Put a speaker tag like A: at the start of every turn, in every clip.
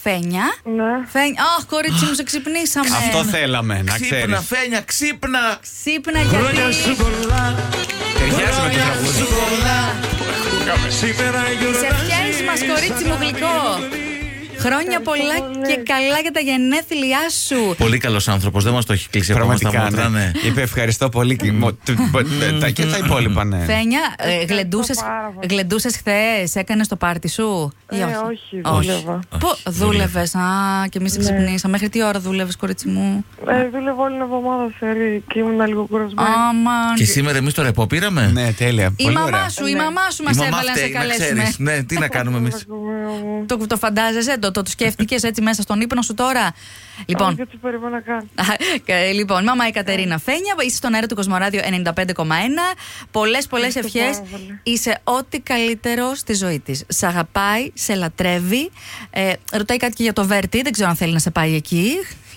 A: Φένια.
B: Ναι.
A: Φένια. Αχ, κορίτσι μου, σε ξυπνήσαμε.
C: Αυτό θέλαμε, να ξέρει.
D: Ξύπνα, Φένια, ξύπνα!
A: Ξύπνα γιατί.
C: Ταιριάζει με το τραγούδι.
A: Σε πιάνει μας, κορίτσι μου, γλυκό. Χρόνια πολλά και καλά για τα γενέθλιά σου.
D: Πολύ καλός άνθρωπος, δεν μας το έχει κλείσει ακόμα στα
C: Πραγματικά,
D: μούτρα,
C: ναι.
D: ναι.
C: Είπε ευχαριστώ πολύ και μο- του- μπο- τα- και τα υπόλοιπα, ναι.
A: Φένια, ε, γλεντούσες,
B: πάρα πολύ.
A: γλεντούσες χθες, έκανες το πάρτι σου ή
B: Ε,
A: όχι.
B: όχι, Ναι. δούλευα.
A: Πού δούλευες, α, και εμείς σε ξυπνήσαμε. Μέχρι τι ώρα δούλευες, κορίτσι μου.
B: Ε, δούλευα όλη την εβδομάδα φέρει και ήμουν λίγο κουρασμένη.
A: Αμαν.
D: Και σήμερα εμείς το ρεπό πήραμε.
C: Ναι, τέλεια.
A: Η
C: Πολύ
A: μαμά
C: ωραία.
A: σου,
B: Ναι.
A: η μαμά σου μας
D: Η μαμά
A: έβαλε να σε
D: φταίει, να
A: καλέσουμε.
D: ξέρεις. Ναι, τι να κάνουμε εμείς.
B: Κακομοίρα μου.
A: Το, το φαντάζεσαι, το, το, το σκέφτηκες έτσι μέσα στον ύπνο σου τώρα. Λοιπόν,
B: Όχι, δεν του περίμενα καν.
A: Ε, λοιπόν, μαμά η Κατερίνα Φένια, είσαι στον αέρα του Κοσμοράδιο 95,1. Πολλές, πολλές ευχές.
B: πάρα πολύ.
A: Είσαι ό,τι καλύτερο στη ζωή της. Σ' αγαπάει, σε λατρεύει. Ε, ρωτάει κάτι και για το Βέρτι, δεν ξέρω αν θέλει να σε πάει εκεί,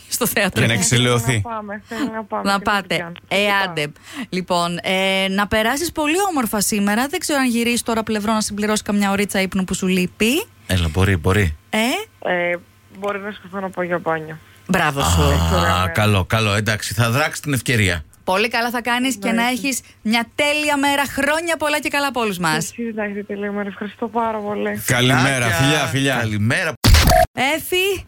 A: στο θέατρο.
C: Για να ξυλιωθεί.
B: Να πάμε, θέλω να πάμε.
A: Να
B: και δεν
A: πάτε.
B: την
A: Ε,
B: κάνω.
A: άντε. Λοιπόν, ε, να περάσεις πολύ όμορφα σήμερα. Δεν ξέρω αν γυρίσεις τώρα πλευρό να συμπληρώσει καμιά ωρίτσα ύπνου που σου λείπει.
D: Έλα, μπορεί, μπορεί.
A: Ε,
B: Ε, μπορεί να σκεφτώ να πάω για μπάνιο.
A: μπράβο σου.
C: ναι.
D: Α, καλό, καλό. Εντάξει, θα δράξεις την ευκαιρία.
A: Πολύ καλά θα κάνεις και να έχεις μια τέλεια μέρα. Χρόνια πολλά και καλά από όλους μας.
B: Εσύ δεν τα έχετε τελειώσει, μέρα. ευχαριστώ πάρα πολύ.
C: Καλημέρα,
D: Φιλάκια.
C: φιλιά, φιλιά.
D: Καλημέρα.
A: Έφη.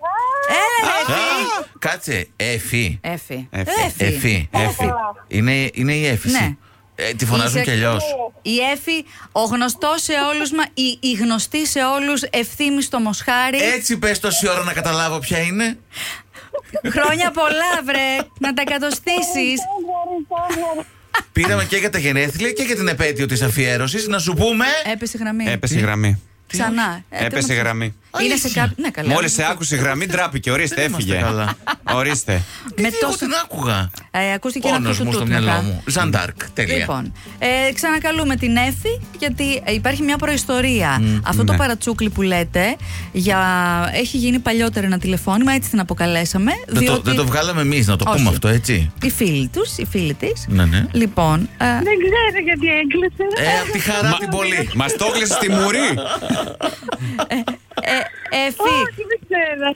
A: Έλα, ρε,
D: Α,
A: Έφη.
D: Κάτσε, Εφη.
A: Ε, Έφη.
C: Έφη.
D: Εφη. Εφη. Είναι, είναι η έφηση.
A: Ναι.
D: Ε, τη φωνάζουν
A: Είσαι-
D: κι αλλιώς.
A: Η Έφη, ο γνωστός σε όλους μα, η, η γνωστή σε όλους ευθύμη στο Μοσχάρι.
D: Έτσι πες τόση ώρα να καταλάβω ποια είναι.
A: Χρόνια πολλά, βρε! να τα εκατοστήσεις.
D: Πήραμε και για τα γενέθλια και για την επέτειο της αφιέρωσης να σου πούμε.
A: Έπεσε η γραμμή.
C: Έπεσε η γραμμή.
A: Ξανά. Ε,
C: Έπεσε η
A: τέλος
C: γραμμή.
A: πάντων. Είναι σε κάποιο. Ναι, καλά.
C: Μόλις σε άκουσε η γραμμή, ντράπηκε. Ορίστε,
D: Δεν είμαστε
C: έφυγε.
D: καλά.
C: Ορίστε.
A: Με
D: Γιατί εγώ
A: τόσο.
D: την άκουγα.
A: Ε, ακούστηκε ένα
D: Πόνος μου στο
A: κουτουτούτνακα.
D: μυαλό μου. Ζαν Ντάρκ. Τέλεια.
A: Λοιπόν, ε, ξανακαλούμε την Εφη γιατί ε, υπάρχει μια προϊστορία. Αυτό
D: ναι.
A: το παρατσούκλι που λέτε για... έχει γίνει παλιότερα ένα τηλεφώνημα, έτσι την αποκαλέσαμε.
D: δεν, το, δεν το βγάλαμε εμείς να το
A: Όχι.
D: πούμε αυτό, έτσι.
A: Οι φίλοι τους, οι φίλοι της.
D: Ναι, ναι.
A: Λοιπόν, ε,
B: Δεν ξέρω γιατί έγκλεισε.
D: Ε, απ' τη χαρά την πολύ.
C: Μας το έκλεισε στη μουρή.
A: ε, Εφη,
B: δεν ξέρω.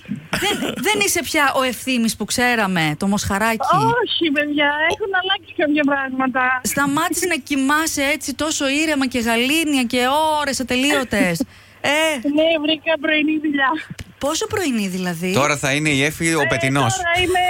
A: δεν, δεν είσαι πια ο ευθύνη που ξέραμε, το μοσχαράκι.
B: Όχι, παιδιά, έχουν αλλάξει κάποια πράγματα.
A: Σταμάτησε να κοιμάσαι έτσι τόσο ήρεμα και γαλήνια και ώρες ατελείωτες. Ε,
B: Ναι, βρήκα πρωινή δουλειά.
A: πόσο πρωινή δηλαδή.
C: Τώρα θα είναι η Έφη ο πετεινό.
B: είμαι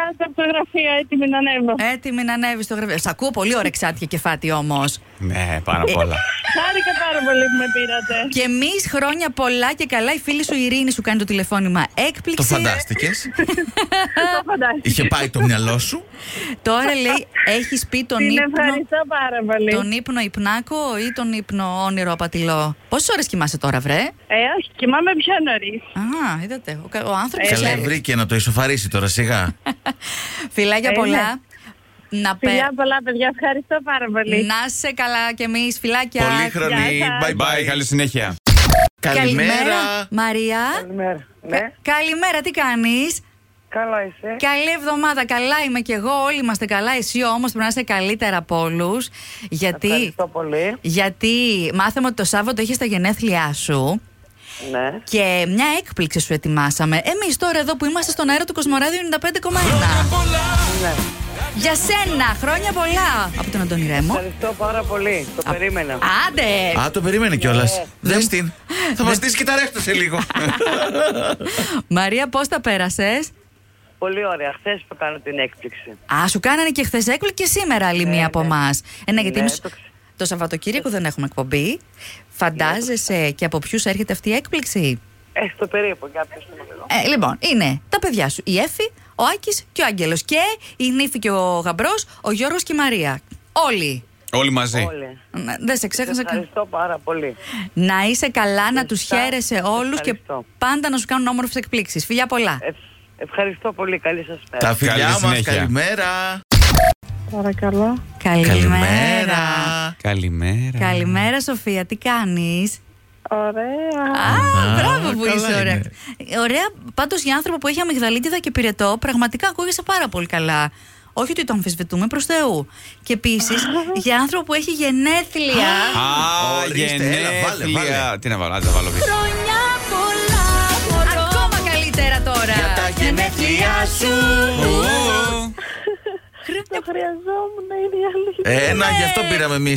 B: κάτω από το γραφείο, έτοιμη να ανέβω.
A: Έτοιμη να ανέβεις στο γραφείο. Σ' ακούω πολύ ωρεξάτια και φάτη όμως.
C: Ναι, πάρα πολλά.
B: Χάρηκα πάρα πολύ που με πήρατε.
A: Και εμείς χρόνια πολλά και καλά. Η φίλη σου η Ειρήνη σου κάνει το τηλεφώνημα έκπληξη.
D: Το φαντάστηκες.
B: Το φαντάζομαι.
D: Είχε πάει το μυαλό σου.
A: Τώρα λέει έχεις πει τον
B: Την
A: ύπνο.
B: ευχαριστώ πάρα πολύ.
A: Τον ύπνο υπνάκο ή τον ύπνο όνειρο απατηλό. Πόσες ώρες κοιμάσαι τώρα, βρε.
B: Ε, όχι, κοιμάμαι πιο νωρίς.
A: Α, είδατε. Ο, κα- ο άνθρωπος.
D: Καλά, βρήκε να το ισοφαρίσει τώρα σιγά.
A: Φιλάκια
B: Ε, ναι.
A: πολλά. Να πε. Ναι.
B: Φιλιά πολλά, παιδιά, ευχαριστώ πάρα πολύ.
A: Να σε καλά κι εμείς, φιλάκια.
D: Πολύχρονη.
B: Γεια
D: Bye
B: σας.
C: Bye,
D: bye.
C: καλή συνέχεια.
D: Καλημέρα.
A: Μαρία.
B: Καλημέρα. Ναι,
A: Καλημέρα, τι κάνεις.
B: καλά είσαι.
A: Καλή εβδομάδα. Καλά είμαι και εγώ. Όλοι είμαστε καλά. Εσύ όμως πρέπει να είσαι καλύτερα από όλους. Γιατί,
B: Ευχαριστώ πολύ.
A: γιατί μάθαμε ότι το Σάββατο έχει τα γενέθλιά σου
B: Ναι.
A: και μια έκπληξη σου ετοιμάσαμε. Εμείς τώρα εδώ που είμαστε στον αέρα του Κοσμοράδιου 95,1. Για σένα, χρόνια πολλά από τον Αντώνη Ρέμο.
B: Ευχαριστώ πάρα πολύ. Το περίμενα.
A: Άντε!
D: Α, το περίμενε κιόλας. Δες την. Θα μας δει και τα ρέχτα σε λίγο.
A: Μαρία, πώς τα πέρασες.
B: Πολύ ωραία. Χθες που κάνω την έκπληξη.
A: Α, σου κάνανε και χθες έκπληξη και σήμερα άλλη μία από εμάς. Ε, ναι, γιατί
B: Ναι,
A: εμείς
B: το ξε-
A: το Σαββατοκύριακο δεν έχουμε εκπομπή.
B: Ναι,
A: Φαντάζεσαι και από ποιους έρχεται αυτή η έκπληξη.
B: Ε, στο περίπου, κάποιο το λέω.
A: Ε, λοιπόν, είναι τα παιδιά σου, η Εφη, ο Άκης και ο Άγγελος. Και η Νύφη και ο Γαμπρός, ο Γιώργος και η Μαρία. Όλοι.
C: Όλοι μαζί.
B: Όλοι.
A: Ναι, Δεν σε ξέχασα καν.
B: Ευχαριστώ πάρα πολύ.
A: Να είσαι καλά, να τους
B: Ευχαριστώ.
A: χαίρεσαι όλους και
B: Ευχαριστώ.
A: πάντα να σου κάνουν όμορφες εκπλήξεις. Φιλιά πολλά.
B: Ε, ευχαριστώ πολύ. Καλή σας μέρα.
D: Τα
C: Καλή
D: φιλιά μας,
C: συνέχεια.
D: καλημέρα.
B: Παρακαλώ.
A: Καλημέρα.
D: Καλημέρα.
C: Καλημέρα.
A: Καλημέρα, Σοφία, τι κάνεις.
B: Ωραία.
A: Α,
D: Α,
A: μπράβο που
D: καλά
A: είσαι ωραία.
D: είναι.
A: Ωραία, πάντω για άνθρωπο που έχει αμυγδαλίτιδα και πυρετό, πραγματικά ακούγεσαι πάρα πολύ καλά. Όχι ότι το αμφισβητούμε προς Θεού. Και επίσης για άνθρωπο που έχει γενέθλια.
C: Α,
D: Ορίστε, έλα, βάλε,
C: γενέθλια.
D: βάλε.
C: Τι να βάλω, άντε να βάλω πίσω.
A: Ακόμα σου.
B: Το χρειαζόμουν, είναι η αλήθεια.
D: Ένα,
A: Ναι.
D: γι' αυτό πήραμε εμείς.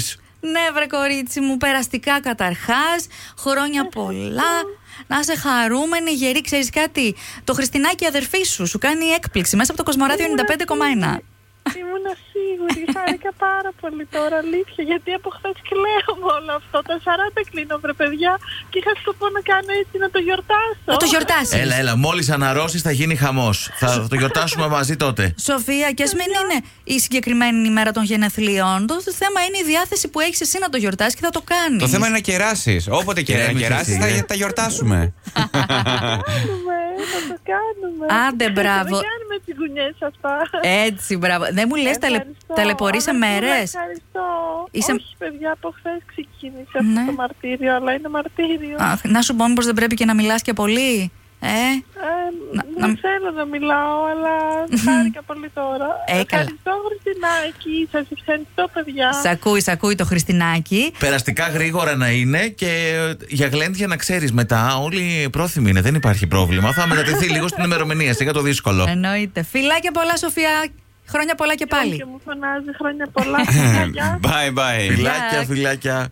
A: Ναι, βρε κορίτσι μου, περαστικά καταρχάς. Χρόνια πολλά. Να είσαι χαρούμενη, γερή, ξέρεις κάτι. Το Χριστινάκι αδερφή σου σου κάνει έκπληξη μέσα από το Κοσμοράδιο 95,1.
B: Ήμουνα σίγουρη, χάρηκα πάρα πολύ τώρα, αλήθεια. Γιατί από χθες κλαίω με όλο αυτό. Τα 40 κλείνω, βρε παιδιά. Και είχα σκοπό να κάνω έτσι, να το γιορτάσω.
A: Θα το γιορτάσεις.
D: Έλα, έλα. Μόλις αναρρώσεις θα γίνει χαμός. Θα το γιορτάσουμε μαζί τότε.
A: Σοφία, και ας μην είναι η συγκεκριμένη ημέρα των γενεθλίων. Το θέμα είναι η διάθεση που έχεις εσύ να το γιορτάσεις και θα το κάνεις.
C: Το θέμα είναι να κεράσεις. Όποτε και να
D: Κρέμισες,
C: κεράσει,
D: ε.
C: θα, τα γιορτάσουμε.
B: κάνουμε, θα το κάνουμε.
A: Άντε, μπράβο. Ε,
B: Δεν κάνουμε τις γουνιές αυτά.
A: Έτσι, μπράβο. Δεν μου λες,
B: Ευχαριστώ.
A: ταλαιπωρήσε
B: Αγαπητούλα,
A: μέρε.
B: Ευχαριστώ.
A: Είσαι-
B: Όχι, παιδιά, από χθες ξεκίνησε
A: Ναι.
B: αυτό το μαρτύριο, αλλά είναι μαρτύριο.
A: Να σου πω, μήπως δεν πρέπει και να μιλάς και πολύ. Ε,
B: Ε,
A: Να-
B: δεν
A: να-
B: θέλω να μιλάω, αλλά χάρηκα πολύ τώρα.
A: Ε, καλά.
B: Ευχαριστώ, Χριστινάκη. Σας ευχαριστώ, παιδιά.
A: σ' ακούει, σ' ακούει το Χριστινάκι.
D: Περαστικά γρήγορα να είναι και για γλέντια να ξέρεις μετά. Όλοι πρόθυμοι είναι, δεν υπάρχει πρόβλημα. Θα μετατεθεί λίγο στην ημερομηνία, σιγά το δύσκολο.
A: Εννοείται. Φιλάκια πολλά, Σοφία. Χρόνια πολλά και πάλι.
B: Και μου φωνάζει χρόνια πολλά. Φιλάκια.
C: Bye bye.
D: Φιλάκια,
A: Φιλάκ.
D: φιλάκια.